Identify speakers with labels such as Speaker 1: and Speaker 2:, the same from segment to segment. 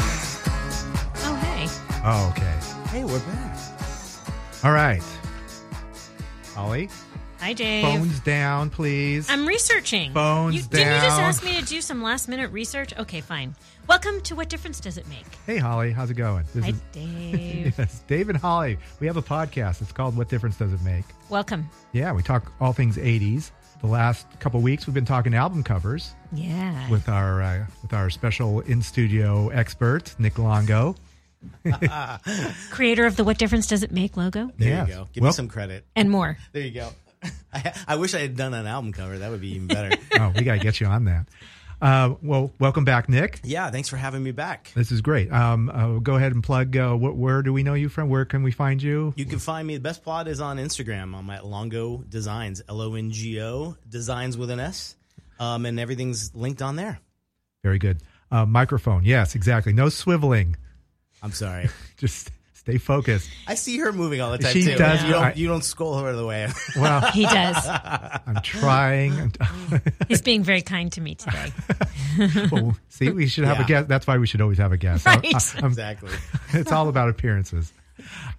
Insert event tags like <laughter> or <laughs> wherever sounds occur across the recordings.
Speaker 1: Oh, hey.
Speaker 2: Oh, okay.
Speaker 3: Hey, we're back.
Speaker 2: All right. Holly,
Speaker 1: Hi, Dave.
Speaker 2: phones down, please.
Speaker 1: I'm researching.
Speaker 2: Phones
Speaker 1: you, Didn't you just
Speaker 2: down.
Speaker 1: ask me to do some last minute research? Okay, fine. Welcome to What Difference Does It Make?
Speaker 2: hey, Holly, how's it going? This
Speaker 1: Hi,
Speaker 2: is <laughs>
Speaker 1: Dave.
Speaker 2: yes, Dave and Holly. We have a podcast. It's called What Difference Does It Make?
Speaker 1: Welcome.
Speaker 2: Yeah, we talk all things 80s. The last couple weeks, we've been talking album covers
Speaker 1: Yeah.
Speaker 2: with our uh, with our special in studio expert, Nick Longo.
Speaker 1: Creator of the What Difference Does It Make logo
Speaker 3: There
Speaker 2: Yes.
Speaker 3: you go. Give
Speaker 2: Well-
Speaker 3: me some credit.
Speaker 1: and more.
Speaker 3: There you go. <laughs> I, I wish I had done an album cover. That would be even better.
Speaker 2: <laughs> Oh, we got to get you on that. Uh, well, welcome back, Nick.
Speaker 3: <laughs> yeah, thanks for having me back.
Speaker 2: This is great. Um, uh, go ahead and plug. Uh, wh- where do we know you from? Where can we find you?
Speaker 3: You can find me. The best plot is on Instagram. I'm at Longo Designs, L O N G O Designs with an S, um, and everything's linked on there.
Speaker 2: Very good. Uh, microphone. Yes, exactly. No swiveling. <laughs>
Speaker 3: I'm sorry.
Speaker 2: Just stay focused.
Speaker 3: <laughs> I see her moving all the time
Speaker 2: She
Speaker 3: too.
Speaker 2: does-
Speaker 3: You don't,
Speaker 2: I-
Speaker 3: you don't scroll her the way. <laughs>
Speaker 2: Well,
Speaker 1: He does.
Speaker 2: <laughs>
Speaker 3: Uh,
Speaker 2: I'm trying. uh,
Speaker 1: He's being very kind to
Speaker 2: <laughs>
Speaker 1: me today.
Speaker 2: Well, see, we should have a
Speaker 3: Yeah.
Speaker 2: guest. That's why we should always have a guest. I-
Speaker 1: Right.
Speaker 2: I-
Speaker 3: <laughs>
Speaker 2: I'm-
Speaker 3: exactly.
Speaker 2: it's all about appearances.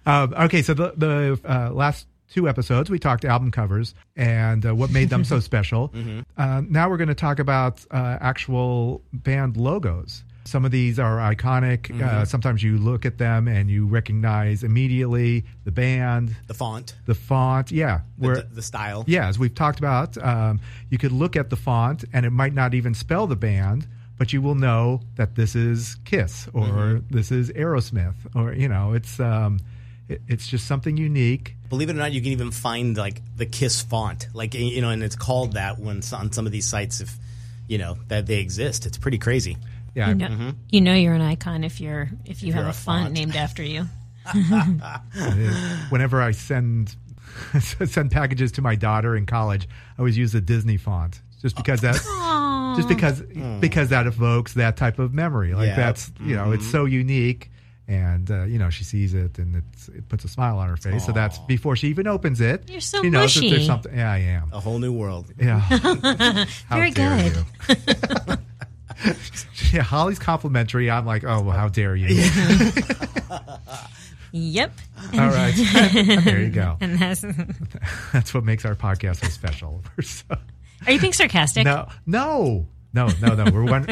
Speaker 2: Um, okay, so the, the uh, last two episodes, we talked album covers and uh, what made them
Speaker 3: <laughs>
Speaker 2: so special.
Speaker 3: Mm-hmm.
Speaker 2: Uh, now we're going to talk about uh, actual band logos. Some of these are iconic.
Speaker 3: Mm-hmm.
Speaker 2: Uh, sometimes you look at them and you recognize immediately the band,
Speaker 3: The font,
Speaker 2: the font. Yeah.
Speaker 3: the,
Speaker 2: Where,
Speaker 3: the style.
Speaker 2: yeah, as we've talked about, um, you could look at the font and it might not even spell the band, but you will know that this is Kiss or this is Aerosmith or you know, it's um, it, it's just something unique.
Speaker 3: Believe it or not, you can even find like the Kiss font, like you know, and it's called that when on some of these sites, if you know that they exist. It's pretty crazy.
Speaker 2: Yeah,
Speaker 1: You know, you know you're an icon if you're if you have a,
Speaker 3: Mm-hmm. a
Speaker 1: font,
Speaker 3: font.
Speaker 1: named
Speaker 3: <laughs>
Speaker 1: after you.
Speaker 2: it is. <gasps> whenever I send <laughs> send packages to my daughter in college, I always use the Disney font just because that. Just because because that evokes that type of memory, like
Speaker 3: Yeah.
Speaker 2: that's you know it's so unique, and uh, you know she sees it and it's, it puts a smile on her face. So that's before she even opens it.
Speaker 1: You're so
Speaker 2: she knows that
Speaker 1: mushy.
Speaker 2: there's something. Yeah, I am.
Speaker 3: A whole new world.
Speaker 1: <laughs>
Speaker 2: Yeah, How
Speaker 1: Very
Speaker 2: dare
Speaker 1: good.
Speaker 2: you. <laughs> yeah, Holly's complimentary. I'm like, oh well, how dare you?
Speaker 1: Yep.
Speaker 2: All
Speaker 1: <laughs>
Speaker 2: right, there you go.
Speaker 1: And that's <laughs> Are
Speaker 2: That's what makes our podcast so special. <laughs> We're so-
Speaker 1: you being sarcastic?
Speaker 2: No, no, no, no, no. We're one.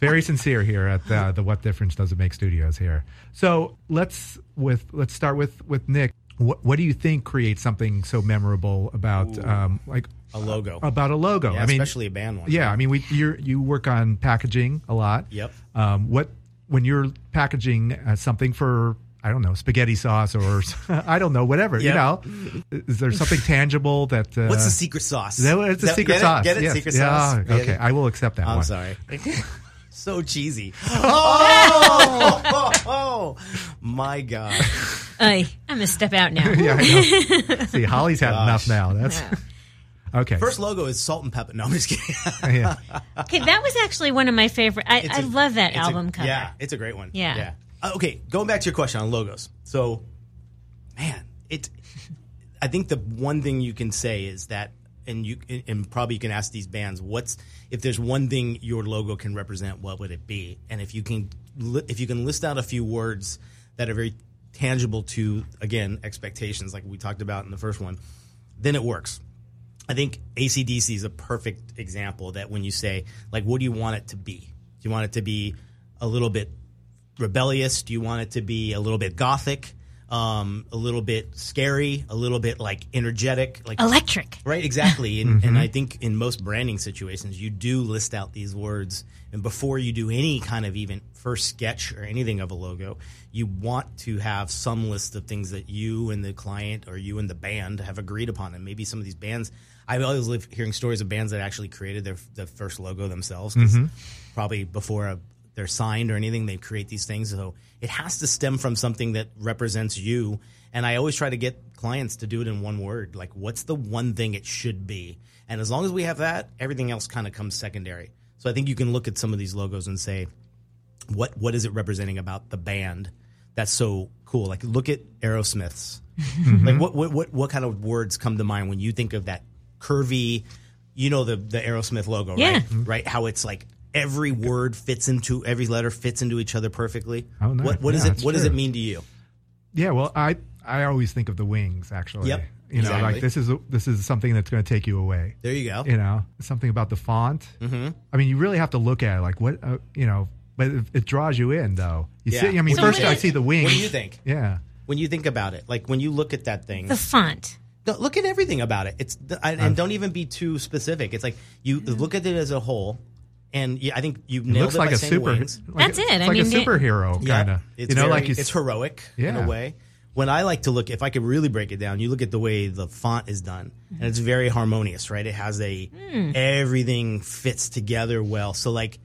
Speaker 2: Very sincere here at uh, the, the What Difference Does It Make Studios here. So let's with let's start with with Nick. What, what do you think creates something so memorable about um, like
Speaker 3: A logo.
Speaker 2: about a logo?
Speaker 3: Yeah,
Speaker 2: Uh, I mean,
Speaker 3: especially a band one.
Speaker 2: yeah, I mean, we you you work on packaging a lot.
Speaker 3: Yep.
Speaker 2: Um, what when you're packaging uh, something for I don't know spaghetti sauce or <laughs> I don't know whatever
Speaker 3: Yep.
Speaker 2: you know, is there something tangible that uh,
Speaker 3: What's the secret sauce?
Speaker 2: that, it's a
Speaker 3: That-
Speaker 2: secret
Speaker 3: get
Speaker 2: sauce.
Speaker 3: It, get it?
Speaker 2: Yes.
Speaker 3: Secret
Speaker 2: yeah.
Speaker 3: sauce. Get
Speaker 2: Okay,
Speaker 3: it?
Speaker 2: I will accept that
Speaker 3: I'm
Speaker 2: one.
Speaker 3: sorry. <laughs> so cheesy. Oh! <laughs> my god.
Speaker 1: Ay, I'm gonna step
Speaker 2: <laughs>
Speaker 1: out now.
Speaker 2: <laughs> Yeah, I know.
Speaker 3: <laughs>
Speaker 2: See, Holly's had enough now.
Speaker 3: Gosh.
Speaker 2: That's <laughs> okay.
Speaker 3: First logo is salt and pepper. No, I'm just kidding.
Speaker 2: yeah.
Speaker 1: Okay, that was actually one of my favorite. I, I
Speaker 3: It's a-
Speaker 1: love that
Speaker 3: it's a-
Speaker 1: album cover.
Speaker 3: Yeah, it's a great one.
Speaker 1: Yeah.
Speaker 3: Uh, okay, going back to your question on logos. So, man, it. <laughs> I think the one thing you can say is that, and you and probably you can ask these bands, what's if there's one thing your logo can represent, what would it be? And if you can, li- if you can list out a few words that are very tangible to again expectations, like we talked about in the first one, then it works. I think ACDC is a perfect example that when you say, like, what do you want it to be? Do you want it to be a little bit rebellious? Do you want it to be a little bit gothic? um, a little bit scary, a little bit like energetic, like
Speaker 1: Electric.
Speaker 3: Right, exactly. And, and I think in most branding situations, you do list out these words. And before you do any kind of even first sketch or anything of a logo, you want to have some list of things that you and the client or you and the band have agreed upon. And maybe some of these bands, I always live hearing stories of bands that actually created their, their first logo themselves. 'cause Probably before a, they're signed or anything, they create these things. So it has to stem from something that represents you. And I always try to get clients to do it in one word. Like, what's the one thing it should be? And as long as we have that, everything else kind of comes secondary. So I think you can look at some of these logos and say, what what is it representing about the band that's so cool? Like, look at Aerosmith's.
Speaker 2: Mm-hmm.
Speaker 3: Like, what, what what what kind of words come to mind when you think of that curvy? You know the the Aerosmith logo,
Speaker 1: Yeah.
Speaker 3: right?
Speaker 2: Mm-hmm.
Speaker 3: Right? How it's like every word fits into every letter fits into each other perfectly.
Speaker 2: Oh, nice.
Speaker 3: What what does
Speaker 2: Yeah,
Speaker 3: it
Speaker 2: that's
Speaker 3: what does it
Speaker 2: true.
Speaker 3: mean to you?
Speaker 2: Yeah, well, I I always think of the wings actually.
Speaker 3: Yep,
Speaker 2: You know,
Speaker 3: exactly.
Speaker 2: like this is this is something that's going to take you away.
Speaker 3: There you go.
Speaker 2: You know, something about the font. Mm-hmm. I mean, you really have to look at it, like what uh, you know, but it, it draws you in though. You
Speaker 3: Yeah.
Speaker 2: see, I mean,
Speaker 3: So
Speaker 2: first
Speaker 1: what
Speaker 2: I
Speaker 1: is-
Speaker 2: see the wings.
Speaker 3: What do you think?
Speaker 2: Yeah.
Speaker 3: when you think about it like when you look at that thing
Speaker 1: The font.
Speaker 3: no, look at everything about it it's I,
Speaker 2: Um,
Speaker 3: and don't even be too specific it's like you look at it as a whole and yeah, i think you
Speaker 2: It looks
Speaker 3: nailed it
Speaker 2: like
Speaker 3: by
Speaker 2: a
Speaker 3: saying
Speaker 2: super.
Speaker 3: wings.
Speaker 2: like
Speaker 1: That's
Speaker 2: a-
Speaker 1: it.
Speaker 2: It's
Speaker 1: I
Speaker 2: like
Speaker 1: mean,
Speaker 2: a
Speaker 1: the-
Speaker 2: superhero
Speaker 3: Yeah.
Speaker 2: kind of.
Speaker 3: It's
Speaker 2: you know,
Speaker 3: very-
Speaker 2: like you,
Speaker 3: it's heroic in
Speaker 2: Yeah.
Speaker 3: a way. When I like to look, if I could really break it down, you look at the way the font is done, and it's very harmonious, right? It has a
Speaker 2: Hmm.
Speaker 3: everything fits together well. So like.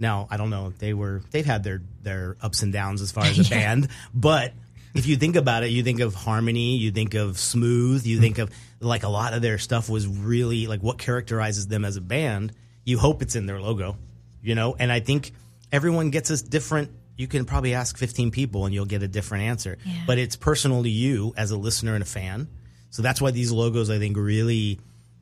Speaker 3: Now I don't know. They were they've had their their ups and downs as far as a band, but if you think about it, you think of harmony, you think of smooth, you think of like a lot of their stuff was really like what characterizes them as a band. You hope it's in their logo, you know. And I think everyone gets this different. You can probably ask fifteen people and you'll get a different answer,
Speaker 1: Yeah.
Speaker 3: but it's personal to you as a listener and a fan. So that's why these logos I think really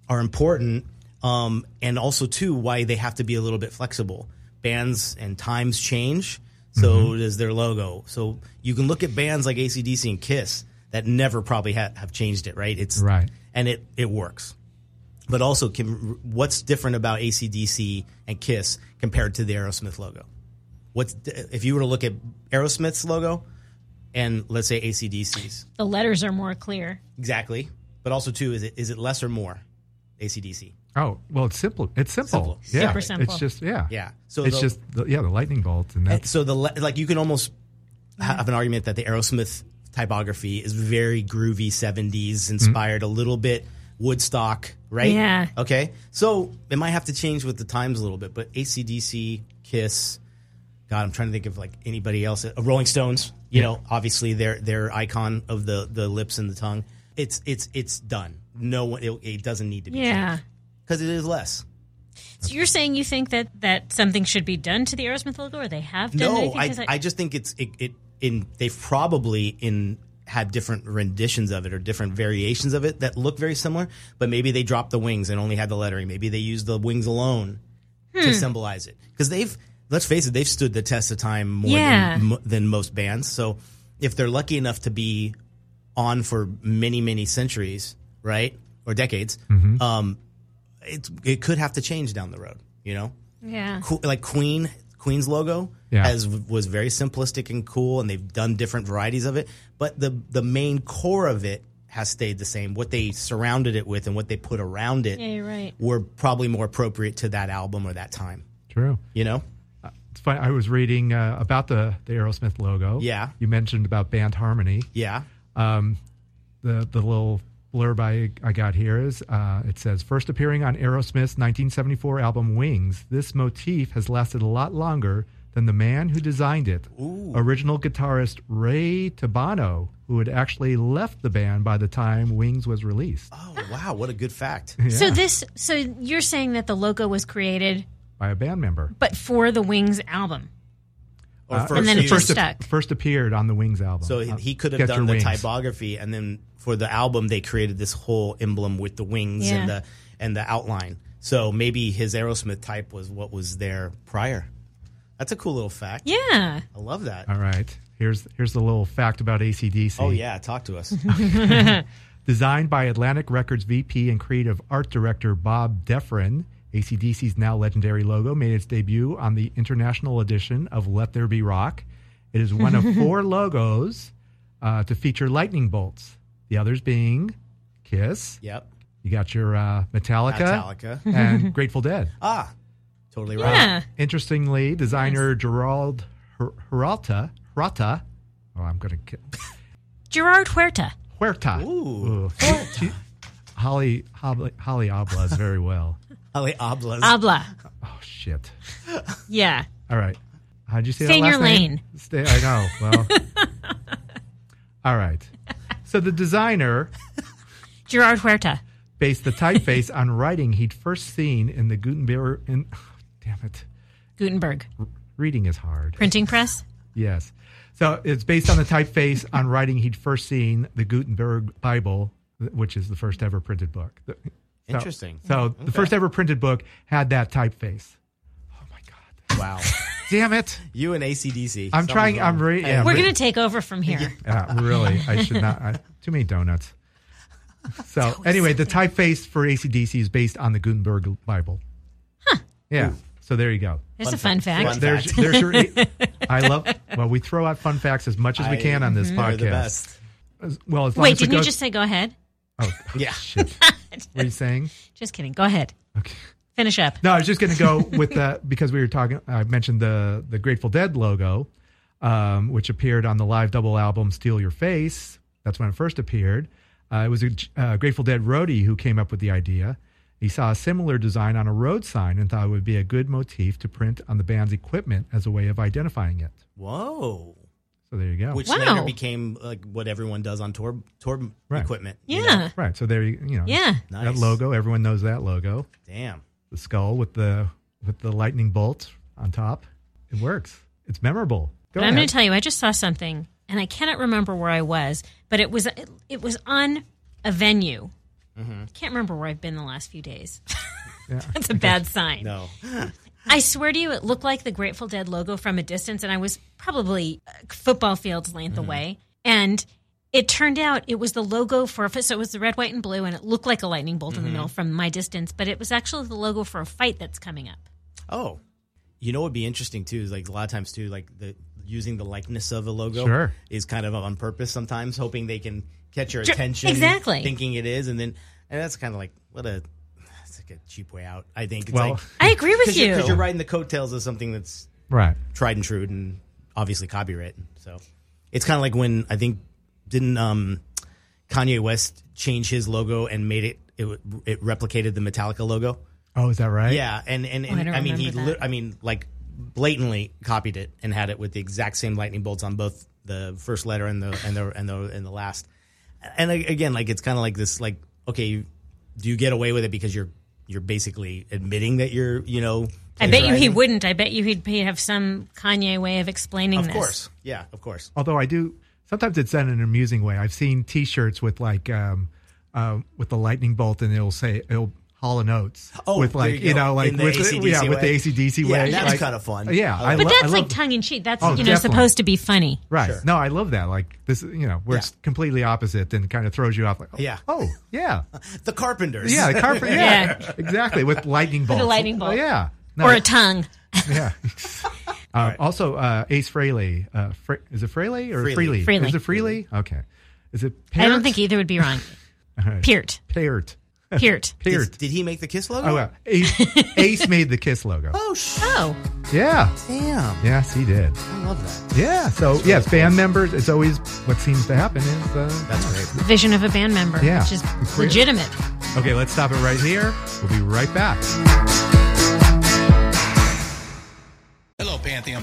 Speaker 3: are important, um, and also too why they have to be a little bit flexible. Bands and times change, so does their logo. So you can look at bands like ACDC and Kiss that never probably ha- have changed it, right? It's
Speaker 2: Right.
Speaker 3: and it it works. But also, can, what's different about ACDC and Kiss compared to the Aerosmith logo? What's di- if you were to look at Aerosmith's logo and let's say ACDC's?
Speaker 1: The letters are more clear.
Speaker 3: Exactly. But also too, is it is it less or more? ACDC.
Speaker 2: Oh well, it's simple. It's simple.
Speaker 3: Simple.
Speaker 2: Yeah,
Speaker 1: Super simple.
Speaker 2: It's just yeah.
Speaker 3: Yeah. So
Speaker 2: it's
Speaker 3: the- eh,
Speaker 2: just the, yeah the lightning bolt and that's
Speaker 3: So the le- like you can almost ha- have an argument that the Aerosmith typography is very groovy '70s inspired, a little bit Woodstock, right?
Speaker 1: Yeah.
Speaker 3: Okay. So it might have to change with the times a little bit, but ACDC, Kiss. God, I'm trying to think of like anybody else. Uh, Rolling Stones, you know, obviously their their icon of the the lips and the tongue. It's it's it's done. No one, it, it doesn't need to be
Speaker 1: Yeah.
Speaker 3: because it is less.
Speaker 1: So you're saying you think that that something should be done to the Aerosmith logo, or they have done
Speaker 3: No,
Speaker 1: anything?
Speaker 3: I,
Speaker 1: 'Cause
Speaker 3: I just think it's it, it in they've probably in had different renditions of it or different variations of it that look very similar, but maybe they dropped the wings and only had the lettering. Maybe they used the wings alone
Speaker 1: Hmm.
Speaker 3: to symbolize it because they've let's face it, they've stood the test of time more
Speaker 1: Yeah.
Speaker 3: than than than most bands. So if they're lucky enough to be on for many many centuries, right, or decades, um, it it could have to change down the road. You know,
Speaker 1: yeah.
Speaker 3: Qu- like Queen Queen's logo
Speaker 2: Yeah.
Speaker 3: has was very simplistic and cool, and they've done different varieties of it. But the the main core of it has stayed the same. What they surrounded it with and what they put around it
Speaker 1: Yeah, you're right.
Speaker 3: were probably more appropriate to that album or that time.
Speaker 2: true.
Speaker 3: You know,
Speaker 2: It's funny. I was reading uh, about the the Aerosmith logo.
Speaker 3: Yeah.
Speaker 2: You mentioned about band harmony.
Speaker 3: yeah,
Speaker 2: Um, The the little blurb I I got here is uh, it says first appearing on Aerosmith's 1974 album Wings. This motif has lasted a lot longer than the man who designed it, original guitarist Ray Tabano, who had actually left the band by the time Wings was released
Speaker 3: Oh wow, what a good fact.
Speaker 1: So this, so you're saying that the logo was created,
Speaker 2: by a band member.
Speaker 1: but for the Wings album.
Speaker 3: Or
Speaker 2: Uh,
Speaker 3: first
Speaker 1: And then it
Speaker 3: used.
Speaker 1: just
Speaker 2: first, ap-
Speaker 1: stuck.
Speaker 2: first appeared on the Wings album.
Speaker 3: So he,
Speaker 2: Uh,
Speaker 3: he could have
Speaker 2: Get Your
Speaker 3: done the
Speaker 2: Wings.
Speaker 3: typography, and then for the album, they created this whole emblem with the wings and
Speaker 1: Yeah.
Speaker 3: the and the outline. So maybe his Aerosmith type was what was there prior. That's a cool little fact.
Speaker 1: Yeah.
Speaker 3: I love that.
Speaker 2: All right. Here's here's the little fact about ACDC.
Speaker 3: Oh yeah, talk to
Speaker 2: <laughs>
Speaker 3: us.
Speaker 2: Designed by Atlantic Records VP and creative art director Bob Defrin, ACDC's now legendary logo made its debut on the international edition of Let There Be Rock. It is one of four logos uh, to feature lightning bolts. The others being Kiss.
Speaker 3: Yep.
Speaker 2: You got your uh, Metallica,
Speaker 3: Metallica.
Speaker 2: and Grateful Dead.
Speaker 3: Ah, totally right.
Speaker 1: Yeah.
Speaker 2: Interestingly, designer Gerald Her- Heralta, Herata, oh, I'm going to
Speaker 1: Gerard Huerta.
Speaker 2: Huerta.
Speaker 3: Ooh.
Speaker 2: She- Holly, Holly, Holly Oblas very well.
Speaker 3: Ali Oblas.
Speaker 1: Abla.
Speaker 2: Oh, shit.
Speaker 1: Yeah.
Speaker 2: All right. How'd you say
Speaker 1: Stay in
Speaker 2: that last
Speaker 1: your
Speaker 2: name?
Speaker 1: lane.
Speaker 2: Stay, I know. Well, all right. So the designer
Speaker 1: Gerard Huerta.
Speaker 2: based the typeface on writing he'd first seen in the Gutenberg. In, oh, damn it,
Speaker 1: Gutenberg.
Speaker 2: reading is hard.
Speaker 1: Printing press.
Speaker 2: Yes. So it's based on the typeface on writing he'd first seen the Gutenberg Bible, th- which is the first ever printed book. So-
Speaker 3: Interesting.
Speaker 2: So the first ever printed book had that typeface. Oh my god!
Speaker 3: Wow. <laughs>
Speaker 2: Damn it!
Speaker 3: You and ACDC.
Speaker 2: I'm
Speaker 3: Something's
Speaker 2: trying. I'm
Speaker 3: wrong.
Speaker 2: re- yeah,
Speaker 1: We're
Speaker 2: re-
Speaker 1: going to take over from here.
Speaker 2: Uh, really, I should not. I, too many donuts. So anyway, the typeface for ACDC is based on the Gutenberg Bible. Yeah. So there you go.
Speaker 1: There's a fun fact.
Speaker 3: Fun
Speaker 2: There's,
Speaker 3: fact.
Speaker 2: there's your.
Speaker 1: <laughs>
Speaker 2: I love. Well, we throw out fun facts as much as we
Speaker 3: I-
Speaker 2: can on this
Speaker 3: You're
Speaker 2: podcast.
Speaker 3: the best.
Speaker 2: As- Well, as long
Speaker 1: Wait,
Speaker 2: as it
Speaker 1: didn't you
Speaker 2: goes-
Speaker 1: just say go ahead?
Speaker 2: Oh,
Speaker 3: Yeah.
Speaker 1: <laughs>
Speaker 2: Shit. What are you saying?
Speaker 1: Just kidding. Go ahead.
Speaker 2: Okay.
Speaker 1: Finish up.
Speaker 2: No, I was just going to go with that <laughs> because we were talking. I mentioned the the Grateful Dead logo, um, which appeared on the live double album "Steal Your Face." That's when it first appeared. Uh, it was a uh, Grateful Dead roadie who came up with the idea. He saw a similar design on a road sign and thought it would be a good motif to print on the band's equipment as a way of identifying it.
Speaker 3: Whoa.
Speaker 2: So there you go.
Speaker 3: Which
Speaker 1: Wow.
Speaker 3: later became like what everyone does on tour tour
Speaker 2: Right.
Speaker 3: equipment. you know?
Speaker 1: Yeah.
Speaker 2: right. So there you you know
Speaker 1: Yeah.
Speaker 2: that
Speaker 3: Nice.
Speaker 2: logo. Everyone knows that logo.
Speaker 3: Damn.
Speaker 2: The skull with the with the lightning bolt on top. It works. It's memorable. Go
Speaker 1: But I'm going
Speaker 2: ahead.
Speaker 1: to tell you, I just saw something, and I cannot remember where I was, but it was it was on a venue. I can't remember where I've been the last few days. <laughs> That's a bad sign.
Speaker 3: No.
Speaker 1: I swear to you, it looked like the Grateful Dead logo from a distance, and I was probably a football field's length away. And it turned out it was the logo for so it was the red, white, and blue, and it looked like a lightning bolt in the middle from my distance, but it was actually the logo for a fight that's coming up.
Speaker 3: Oh, you know what would be interesting too is like a lot of times too, like the using the likeness of a logo
Speaker 2: Sure.
Speaker 3: is kind of on purpose sometimes, hoping they can catch your
Speaker 1: Sure,
Speaker 3: attention.
Speaker 1: exactly.
Speaker 3: thinking it is, and then and that's kind of like what a it's like a cheap way out. I think. It's
Speaker 2: Well-
Speaker 3: like,
Speaker 1: I agree with
Speaker 3: because
Speaker 1: you.
Speaker 3: you're, riding the coattails of something that's
Speaker 2: Right.
Speaker 3: tried and true and obviously copyrighted. So it's kind of like when I think didn't um, Kanye West change his logo and made it it, w- it replicated the Metallica logo.
Speaker 2: Oh, is that right?
Speaker 3: Yeah, and and,
Speaker 1: Oh, I
Speaker 3: and
Speaker 1: don't
Speaker 3: I, mean he,
Speaker 1: remember
Speaker 3: li-
Speaker 1: that.
Speaker 3: I mean like blatantly copied it and had it with the exact same lightning bolts on both the first letter and the and the and the and the last. And a- again, like it's kind of like this, like okay, do you get away with it because you're you're basically admitting that you're you know.
Speaker 1: I bet you he
Speaker 3: plagiarizing?
Speaker 1: wouldn't. I bet you he'd, he'd have some Kanye way of explaining
Speaker 3: Of
Speaker 1: this.
Speaker 3: course, yeah, of course.
Speaker 2: Although I do sometimes it's done in an amusing way. I've seen T-shirts with like um, um with the lightning bolt, and it'll say it'll Hall and Oates.
Speaker 3: Oh,
Speaker 2: with
Speaker 3: there
Speaker 2: like
Speaker 3: you go.
Speaker 2: know like
Speaker 3: In the
Speaker 2: with
Speaker 3: AC/DC
Speaker 2: yeah with the
Speaker 3: way.
Speaker 2: ACDC
Speaker 3: Yeah,
Speaker 2: way.
Speaker 3: that's
Speaker 2: like- uh,
Speaker 3: kinda fun.
Speaker 2: Yeah,
Speaker 3: I
Speaker 2: I
Speaker 3: like
Speaker 1: But
Speaker 2: lo- I
Speaker 1: that's
Speaker 2: love-
Speaker 1: like tongue in cheek. That's
Speaker 2: Oh,
Speaker 1: you know
Speaker 2: definitely.
Speaker 1: supposed to be funny.
Speaker 2: right.
Speaker 3: Sure.
Speaker 2: No, I love that. Like this, you know, where it's completely opposite and kind of throws you off. Like, oh,
Speaker 3: Yeah.
Speaker 2: oh
Speaker 3: <laughs>
Speaker 2: yeah,
Speaker 3: The Carpenters,
Speaker 2: yeah, the
Speaker 1: <laughs>
Speaker 2: carpet, yeah, exactly with lightning bolts.
Speaker 1: lightning
Speaker 2: Oh,
Speaker 1: bolt.
Speaker 2: yeah. No,
Speaker 1: Or a tongue.
Speaker 3: <laughs>
Speaker 2: Yeah. Uh, Also, uh, Ace Frehley. Uh, Fre- is it Frehley or
Speaker 3: Frehley.
Speaker 2: Freely?
Speaker 1: Frehley.
Speaker 2: Is it Freely? Okay. Is it Peart?
Speaker 1: I don't think either would be
Speaker 2: <laughs>
Speaker 1: wrong. Peart. <laughs>
Speaker 2: Peart.
Speaker 1: Peart.
Speaker 2: Peart.
Speaker 3: Did, did he make the Kiss logo?
Speaker 2: Oh, well, Ace,
Speaker 1: <laughs>
Speaker 2: Ace made the Kiss logo.
Speaker 3: Oh, sh-
Speaker 1: Oh.
Speaker 2: Yeah.
Speaker 3: damn!
Speaker 2: Yes, he did.
Speaker 3: I love that.
Speaker 2: Yeah. So, yes, band members, it's always what seems to happen is. Uh,
Speaker 3: That's great.
Speaker 1: Vision of a band member.
Speaker 2: Yeah.
Speaker 1: Which is
Speaker 2: It's real.
Speaker 1: legitimate.
Speaker 2: okay, let's stop it right here. We'll be right back.
Speaker 4: Hello, Pantheon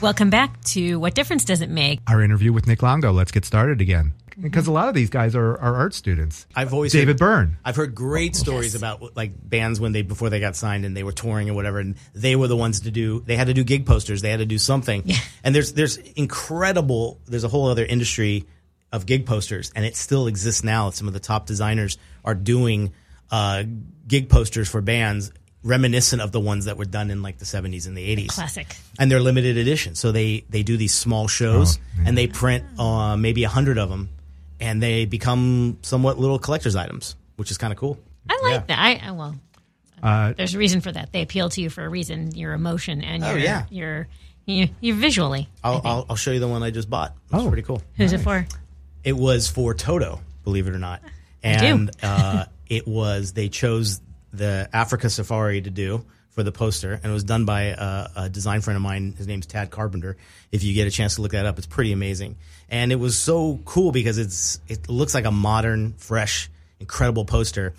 Speaker 1: Welcome back to What Difference Does It Make?
Speaker 2: Our interview with Nick Longo. Let's get started again. Because a lot of these guys are, are art students.
Speaker 3: I've always
Speaker 2: David
Speaker 3: heard,
Speaker 2: Byrne.
Speaker 3: I've heard great stories about like bands when they before they got signed and they were touring or whatever, and they were the ones to do. They had to do gig posters. They had to do something. And there's there's incredible. There's a whole other industry of gig posters, and it still exists now. Some of the top designers are doing uh, gig posters for bands reminiscent of the ones that were done in like the 70s and the 80s
Speaker 1: Classic.
Speaker 3: and they're limited edition. So they they do these small shows and they print uh, maybe a hundred of them, and they become somewhat little collector's items, which is kind of cool.
Speaker 1: I like that. I, I well,
Speaker 2: Uh,
Speaker 1: there's a reason for that. They appeal to you for a reason. Your emotion and
Speaker 3: Oh,
Speaker 1: your,
Speaker 3: yeah.
Speaker 1: your, your, your visually.
Speaker 3: I'll, I'll I'll show you the one I just bought. It's
Speaker 2: Oh.
Speaker 3: pretty cool.
Speaker 1: Who's it for?
Speaker 3: It was for Toto, believe it or not, and uh, it was they chose the Africa Safari to do for the poster, and it was done by a, a design friend of mine. His name's Tad Carpenter. If you get a chance to look that up, it's pretty amazing, and it was so cool because it's it looks like a modern, fresh, incredible poster.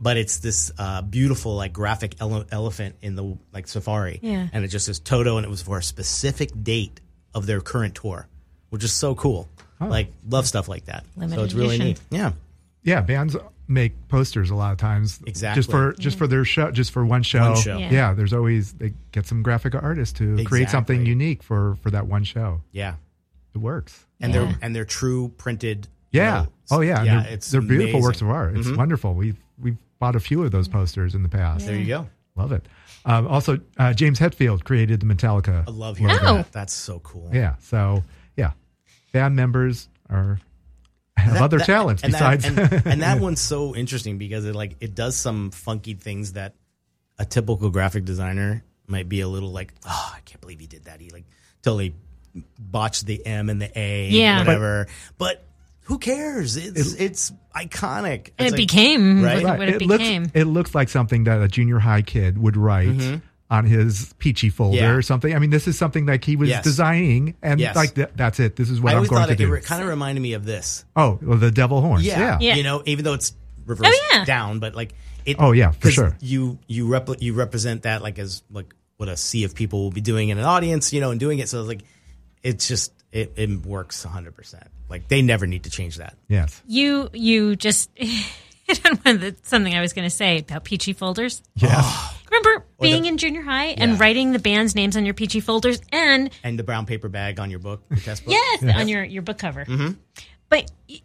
Speaker 3: But it's this uh, beautiful, like graphic ele- elephant in the like safari,
Speaker 1: Yeah.
Speaker 3: and it just says Toto, and it was for a specific date of their current tour, which is so cool. Like love stuff like that. so
Speaker 1: Limited
Speaker 3: it's really
Speaker 1: edition.
Speaker 3: neat. Yeah.
Speaker 2: yeah, bands make posters a lot of times.
Speaker 3: Exactly.
Speaker 2: Just for just for their show, just for one show.
Speaker 3: One show.
Speaker 1: Yeah.
Speaker 2: Yeah. there's always they get some graphic artists to
Speaker 3: Exactly.
Speaker 2: create something unique for for that one show.
Speaker 3: Yeah.
Speaker 2: It works.
Speaker 3: And
Speaker 1: Yeah.
Speaker 3: they're and they're true printed. you
Speaker 2: Yeah.
Speaker 3: know,
Speaker 2: oh yeah. and
Speaker 3: Yeah.
Speaker 2: They're,
Speaker 3: it's
Speaker 2: they're beautiful
Speaker 3: amazing. Mm-hmm.
Speaker 2: works of art. It's wonderful. We we bought a few of those posters in the past.
Speaker 3: There you go.
Speaker 2: Love it. Um, also, uh, James Hetfield created the Metallica.
Speaker 3: I love hearing
Speaker 1: Oh.
Speaker 3: that. That's so cool.
Speaker 2: Yeah. So yeah, band members are have
Speaker 3: That-
Speaker 2: other
Speaker 3: that-
Speaker 2: talents
Speaker 3: and
Speaker 2: besides.
Speaker 3: that,
Speaker 2: <laughs>
Speaker 3: and, and that one's so interesting because it like it does some funky things that a typical graphic designer might be a little like, oh, I can't believe he did that. He like totally botched the M and the A,
Speaker 1: Yeah. But-
Speaker 3: whatever. But, who cares? It's it's iconic. It's
Speaker 1: And it
Speaker 3: like-
Speaker 1: became
Speaker 3: right?
Speaker 1: what,
Speaker 2: Right.
Speaker 1: what it,
Speaker 2: looks,
Speaker 1: became.
Speaker 2: It looks like something that a junior high kid would write on his peachy folder
Speaker 3: Mm-hmm. Yeah.
Speaker 2: or something. I mean, this is something like he was
Speaker 3: Yes.
Speaker 2: designing, and
Speaker 3: Yes.
Speaker 2: like th- that's it. This is what
Speaker 3: I
Speaker 2: I'm
Speaker 3: always
Speaker 2: going
Speaker 3: thought
Speaker 2: to do.
Speaker 3: it, kind of reminded me of this.
Speaker 2: oh, well, the devil horns.
Speaker 3: Yeah.
Speaker 2: Yeah.
Speaker 1: Yeah.
Speaker 3: You know, even though it's reversed
Speaker 1: Oh, yeah.
Speaker 3: down, but like it.
Speaker 2: Oh, yeah, for
Speaker 3: 'cause
Speaker 2: sure.
Speaker 3: You you repl- you represent that like as like what a sea of people will be doing in an audience, you know, and doing it. So it's like it's just it, it works 100. percent Like they never need to change that.
Speaker 2: Yes.
Speaker 1: you you just <laughs> hit on one of the, something I was going to say about peachy folders.
Speaker 2: Yes.
Speaker 1: Remember being
Speaker 3: the-
Speaker 1: in junior high and
Speaker 3: Yeah.
Speaker 1: writing the band's names on your peachy folders and
Speaker 3: And the brown paper bag on your book, the test book.
Speaker 1: yes, on your your book cover.
Speaker 3: Mm-hmm.
Speaker 1: But y-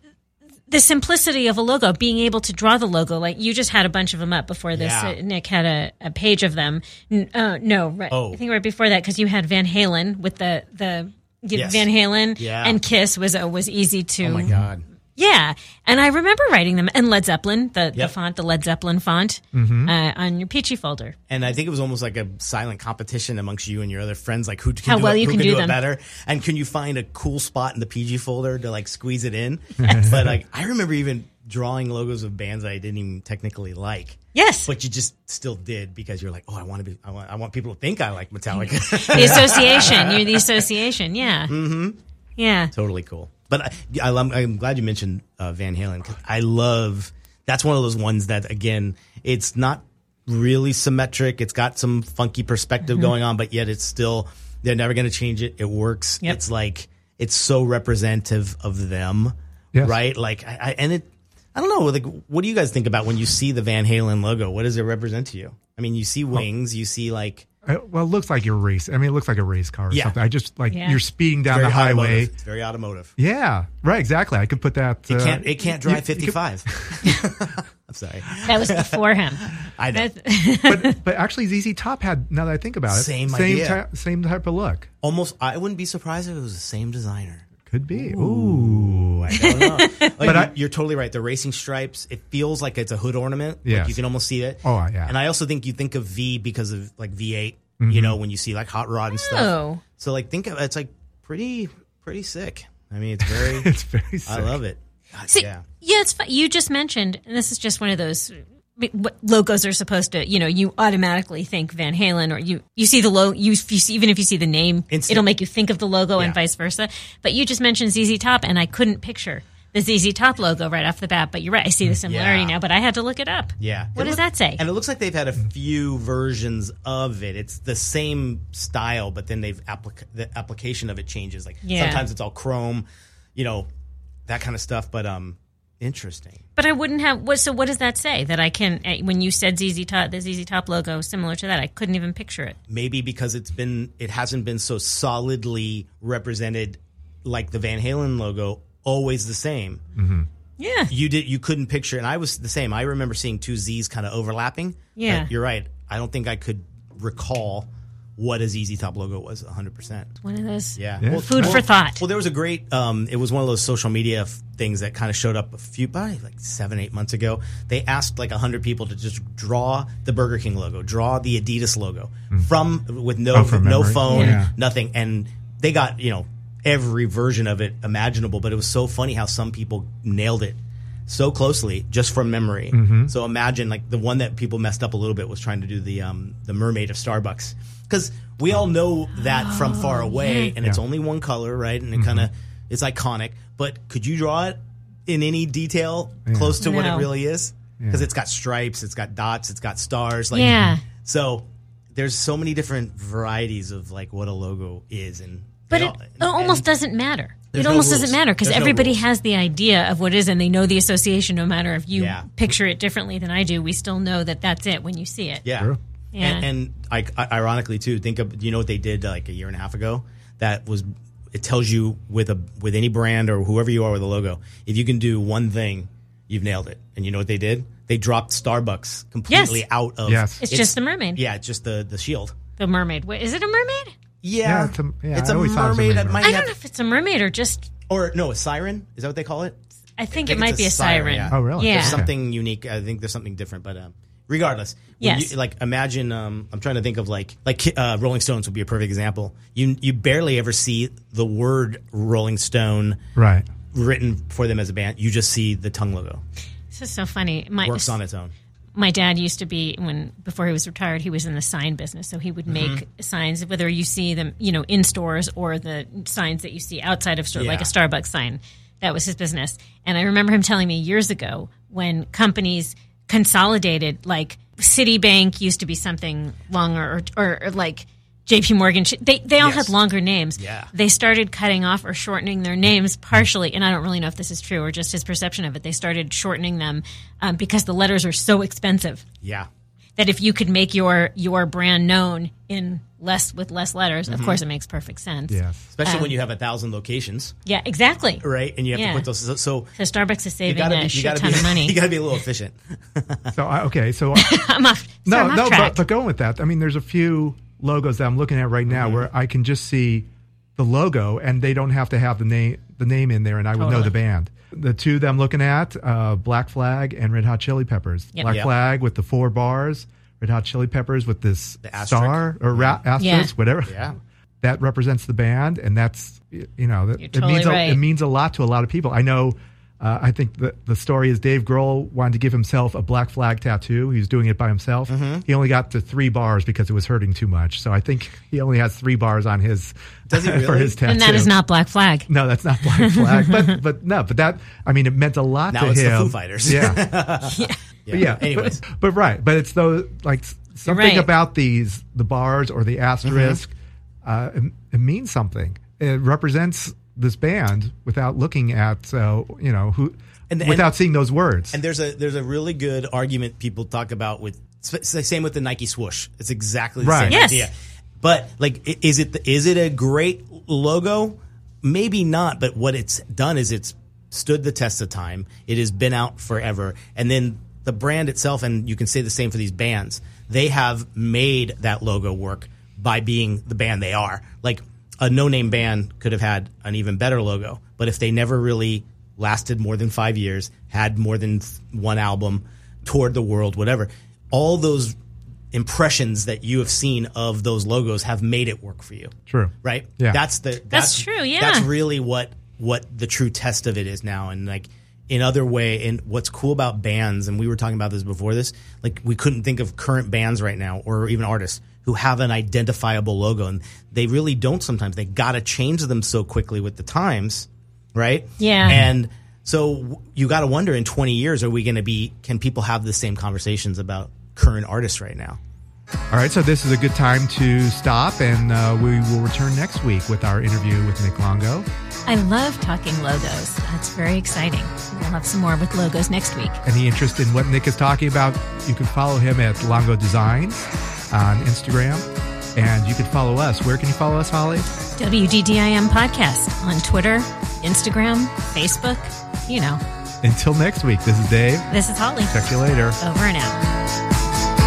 Speaker 1: the simplicity of a logo, being able to draw the logo, like you just had a bunch of them up before this.
Speaker 3: Yeah.
Speaker 1: Uh, Nick had a, a page of them. N- uh, no, right,
Speaker 3: Oh.
Speaker 1: I think right before that because you had Van Halen with the the.
Speaker 3: Yes.
Speaker 1: Van Halen
Speaker 3: Yeah.
Speaker 1: and Kiss was uh, was easy to
Speaker 3: Oh my god.
Speaker 1: yeah, and I remember writing them and Led Zeppelin, the,
Speaker 3: Yep.
Speaker 1: the
Speaker 3: Mm-hmm.
Speaker 1: font, the Led Zeppelin font uh, on your peachy folder.
Speaker 3: And I think it was almost like a silent competition amongst you and your other friends, like who can
Speaker 1: How
Speaker 3: do
Speaker 1: well
Speaker 3: it,
Speaker 1: you
Speaker 3: who
Speaker 1: can
Speaker 3: can
Speaker 1: do
Speaker 3: do,
Speaker 1: them.
Speaker 3: it better, and can you find a cool spot in the PG folder to like squeeze it in? but like, I remember even drawing logos of bands that I didn't even technically like,
Speaker 1: Yes,
Speaker 3: but you just still did because you're like, oh, I want to be, I want, I want people to think I like
Speaker 1: <laughs>
Speaker 3: Metallica.
Speaker 1: the association. You're the association. Yeah. Mm-hmm. Yeah.
Speaker 3: totally cool. But I, I, love- I'm glad you mentioned uh, Van Halen. 'cause I love that's one of those ones that again, it's not really symmetric. It's got some funky perspective
Speaker 2: Mm-hmm.
Speaker 3: going on, but yet it's still they're never going to change it. It works.
Speaker 1: Yep.
Speaker 3: It's like it's so representative of them,
Speaker 2: Yes.
Speaker 3: right? Like I, I and it. I don't know. Like, what do you guys think about when you see the Van Halen logo? What does it represent to you? I mean, you see wings, you see like
Speaker 2: Uh, well, it looks like you're race. I mean, it looks like a race car or
Speaker 3: Yeah.
Speaker 2: something. I just like
Speaker 1: Yeah.
Speaker 2: you're speeding down
Speaker 3: very
Speaker 2: the highway.
Speaker 3: Automotive. It's very automotive.
Speaker 2: Yeah, right. Exactly. I could put that.
Speaker 3: It
Speaker 2: uh,
Speaker 3: can't. It can't drive
Speaker 2: you- you could-
Speaker 3: 55.
Speaker 2: <laughs>
Speaker 3: I'm sorry.
Speaker 1: That was
Speaker 3: <laughs>
Speaker 1: before him.
Speaker 3: I know. <laughs>
Speaker 2: but, but actually, ZZ Top had. Now that I think about it,
Speaker 3: Same
Speaker 2: same
Speaker 3: idea.
Speaker 2: ty- same type of look.
Speaker 3: Almost. I wouldn't be surprised if it was the same designer.
Speaker 2: Could be. Ooh. <laughs>
Speaker 3: I don't know. Like, you,
Speaker 2: I-
Speaker 3: you're totally right. The racing stripes. It feels like it's a hood ornament.
Speaker 2: Yes.
Speaker 3: Like you can almost see it.
Speaker 2: Oh, yeah. Mm-hmm.
Speaker 3: And I also think you think of V because of like V8. You know when you see like hot rod and stuff.
Speaker 1: oh,
Speaker 3: So like think of it's like pretty pretty sick. I mean it's very.
Speaker 2: <laughs> It's very. Sick.
Speaker 3: I love it. God,
Speaker 1: See,
Speaker 3: yeah.
Speaker 1: yeah. it's fun. You just mentioned, and this is just one of those what logos are supposed to. You know, you automatically think Van Halen, or you you see the logo. You, if you see, even if you see the name,
Speaker 3: Instant.
Speaker 1: it'll make you think of the logo,
Speaker 3: Yeah.
Speaker 1: and vice versa. But you just mentioned ZZ Top, and I couldn't picture the ZZ Top logo right off the bat. But you're right, I see the similarity
Speaker 3: Hmm. Yeah.
Speaker 1: now. But I had to look it up.
Speaker 3: Yeah.
Speaker 1: What
Speaker 3: It
Speaker 1: does
Speaker 3: look-
Speaker 1: that say?
Speaker 3: And it looks like they've had a few versions of it. It's the same style, but then they've applic- the application of it changes. Like
Speaker 1: Yeah.
Speaker 3: sometimes it's all chrome, you know, that kind of stuff. But um, interesting.
Speaker 1: But I wouldn't have. What, so what does that say? That I can eh, when you said ZZ Top, the ZZ Top logo similar to that, I couldn't even picture it.
Speaker 3: Maybe because it's been it hasn't been so solidly represented, like the Van Halen logo, always the same.
Speaker 1: Yeah.
Speaker 3: You did you couldn't picture, and I was the same. I remember seeing two Z's kind of overlapping.
Speaker 1: Yeah.
Speaker 3: but you're right. I don't think I could recall what a ZZ Top logo was 100. percent
Speaker 1: One of those.
Speaker 3: Yeah.
Speaker 2: Yeah.
Speaker 1: Food for thought.
Speaker 3: Well, there was a great. Um, it was one of those social media f- things that kind of showed up a few, probably like seven, eight months ago. They asked like hundred people to just draw the Burger King logo, draw the Adidas logo from with no
Speaker 2: Mm. Oh, from
Speaker 3: no
Speaker 2: memory.
Speaker 3: phone,
Speaker 2: Yeah.
Speaker 3: nothing, and they got you know every version of it imaginable. But it was so funny how some people nailed it so closely just from memory. So imagine like the one that people messed up a little bit was trying to do the um, the mermaid of Starbucks because we all know that from
Speaker 1: Oh,
Speaker 3: far away and it's only one color, right? And it kind of it's iconic. But could you draw it in any detail close to what it
Speaker 1: No.
Speaker 3: really is? Because it's got stripes, it's got dots, it's got stars. Like
Speaker 1: Yeah.
Speaker 3: so. There's so many different varieties of like what a logo is, and
Speaker 1: But
Speaker 3: they
Speaker 1: it, oh.
Speaker 3: all-
Speaker 1: it
Speaker 3: and-
Speaker 1: almost doesn't matter.
Speaker 3: There's
Speaker 1: It
Speaker 3: no
Speaker 1: almost
Speaker 3: rules.
Speaker 1: doesn't matter because
Speaker 3: There's no
Speaker 1: everybody
Speaker 3: rules.
Speaker 1: has the idea of what is, and they know the association. No matter if you
Speaker 3: Yeah.
Speaker 1: picture it differently than I do, we still know that that's it when you see it.
Speaker 3: Yeah.
Speaker 2: Sure.
Speaker 1: Yeah.
Speaker 3: And, and I, I- ironically too, think of you know what they did like a year and a half ago. That was it tells you with a with any brand or whoever you are with a logo, if you can do one thing, you've nailed it. And you know what they did? They dropped Starbucks completely
Speaker 1: Yes.
Speaker 3: out of
Speaker 2: Yes.
Speaker 1: It's, just the mermaid.
Speaker 3: yeah, it's just the the shield.
Speaker 1: The mermaid. Wait, is it a mermaid?
Speaker 3: Yeah,
Speaker 2: it's a- yeah,
Speaker 3: it's
Speaker 2: I
Speaker 3: a
Speaker 2: always thought it was a
Speaker 3: mermaid. It
Speaker 2: mermaid.
Speaker 3: might
Speaker 1: I
Speaker 3: have-
Speaker 1: don't know if it's a mermaid or just.
Speaker 3: or no, a siren. Is that what they call it?
Speaker 1: I think,
Speaker 3: I
Speaker 1: it might
Speaker 3: it's
Speaker 1: be a siren.
Speaker 3: yeah.
Speaker 2: Oh, really?
Speaker 1: Yeah.
Speaker 3: There's something unique. I think there's something different, but um, regardless, when
Speaker 1: Yes.
Speaker 3: You, like imagine, um, I'm trying to think of like like uh, Rolling Stones would be a perfect example. You you barely ever see the word Rolling Stone
Speaker 2: Right.
Speaker 3: written for them as a band. You just see the tongue logo.
Speaker 1: This is so funny. My,
Speaker 3: Works on its own.
Speaker 1: my dad used to be when before he was retired he was in the sign business so he would
Speaker 3: Mm-hmm.
Speaker 1: make signs whether you see them you know in stores or the signs that you see outside of store like a
Speaker 3: Yeah.
Speaker 1: starbucks sign that was his business and i remember him telling me years ago when companies consolidated like citibank used to be something longer or, or, or like JP Morgan, sh- they, they all
Speaker 3: Yes.
Speaker 1: had longer names.
Speaker 3: Yeah.
Speaker 1: They started cutting off or shortening their names partially, and I don't really know if this is true or just his perception of it. They started shortening them um, because the letters are so expensive
Speaker 3: Yeah.
Speaker 1: that if you could make your your brand known in less with less letters,
Speaker 3: Mm-hmm.
Speaker 1: of course it makes perfect sense.
Speaker 2: Yes.
Speaker 3: Especially when you have a thousand locations,
Speaker 1: Yeah, exactly.
Speaker 3: right? And you have
Speaker 1: Um, Yeah.
Speaker 3: to put those. So, so
Speaker 1: So Starbucks is
Speaker 3: you
Speaker 1: saving
Speaker 3: gotta
Speaker 1: a
Speaker 3: be, you
Speaker 1: shit
Speaker 3: gotta
Speaker 1: ton
Speaker 3: be,
Speaker 1: of money.
Speaker 3: <laughs> you gotta be a little efficient.
Speaker 2: So I, okay.
Speaker 1: <laughs>
Speaker 2: So uh,
Speaker 1: I'm off.
Speaker 2: no,
Speaker 1: sorry, I'm off
Speaker 2: no.
Speaker 1: track.
Speaker 2: But, but going with that, I mean, there's a few logos that I'm looking at right now
Speaker 1: Mm-hmm.
Speaker 2: where I can just see the logo, and they don't have to have the name the name in there, and I would know
Speaker 1: Totally.
Speaker 2: the band. The two that I'm looking at, uh, Black Flag and Red Hot Chili Peppers.
Speaker 1: Yep.
Speaker 2: Black
Speaker 3: Yep.
Speaker 2: Flag with the four bars. Red Hot Chili Peppers with this
Speaker 3: asterisk.
Speaker 2: star or ra- asterisk, whatever.
Speaker 3: Yeah.
Speaker 2: That represents the band, and that's you know that,
Speaker 1: You're
Speaker 2: it means
Speaker 1: totally
Speaker 2: a, it
Speaker 1: right.
Speaker 2: means a lot to a lot of people. I know Uh, I think the, the story is Dave Grohl wanted to give himself a black flag tattoo. He was doing it by himself.
Speaker 3: Mm-hmm.
Speaker 2: He only got to three bars because it was hurting too much. So I think he only has three bars on his
Speaker 3: Does
Speaker 2: <laughs>
Speaker 3: he
Speaker 2: for
Speaker 3: really?
Speaker 2: his tattoo.
Speaker 1: and that is not Black Flag.
Speaker 2: No, that's not Black Flag. but but no, but that I mean, it meant a lot
Speaker 3: Now
Speaker 2: to
Speaker 3: it's the
Speaker 2: him.
Speaker 3: Foo Fighters. <laughs>
Speaker 2: Yeah, yeah.
Speaker 3: Yeah.
Speaker 2: yeah.
Speaker 3: Anyways,
Speaker 2: but, but right, but it's those like s- something
Speaker 1: Right.
Speaker 2: about these the bars or the
Speaker 3: Mm-hmm.
Speaker 2: asterisk. Uh, it, it means something. It represents this band without looking at uh, you know who
Speaker 3: And- and-
Speaker 2: without seeing those words.
Speaker 3: and there's a there's a really good argument people talk about with it's the same with the Nike swoosh. It's exactly the
Speaker 2: Right.
Speaker 3: same
Speaker 1: Yes.
Speaker 3: idea. But like, i- is it the, is it a great logo? Maybe not. But what it's done is it's stood the test of time. It has been out forever, and then the brand itself, and you can say the same for these bands. They have made that logo work by being the band they are. Like a no name band could have had an even better logo, but if they never really lasted more than five years, had more than th- one album, toured the world, whatever, all those impressions that you have seen of those logos have made it work for you.
Speaker 2: True.
Speaker 3: Right?
Speaker 2: Yeah.
Speaker 3: That's the that's,
Speaker 1: true, yeah.
Speaker 3: That's really what what the true test of it is now and like in other way and what's cool about bands and we were talking about this before this like we couldn't think of current bands right now or even artists who have an identifiable logo and they really don't sometimes they got to change them so quickly with the times right
Speaker 1: Yeah.
Speaker 3: and so w- you got to wonder in 20 years are we going to be can people have the same conversations about current artists right now
Speaker 2: All right, so this is a good time to stop, and uh, we will return next week with our interview with Nick Longo.
Speaker 1: I love talking logos. That's very exciting. We'll have some more with logos next week.
Speaker 2: Any interest in what Nick is talking about, you can follow him at Longo Designs on Instagram, and you can follow us. Where can you follow us, Holly?
Speaker 1: WDDIM Podcast on Twitter, Instagram, Facebook. You know,
Speaker 2: Until next week, this is Dave.
Speaker 1: this is Holly.
Speaker 2: Check you later.
Speaker 1: Over and out.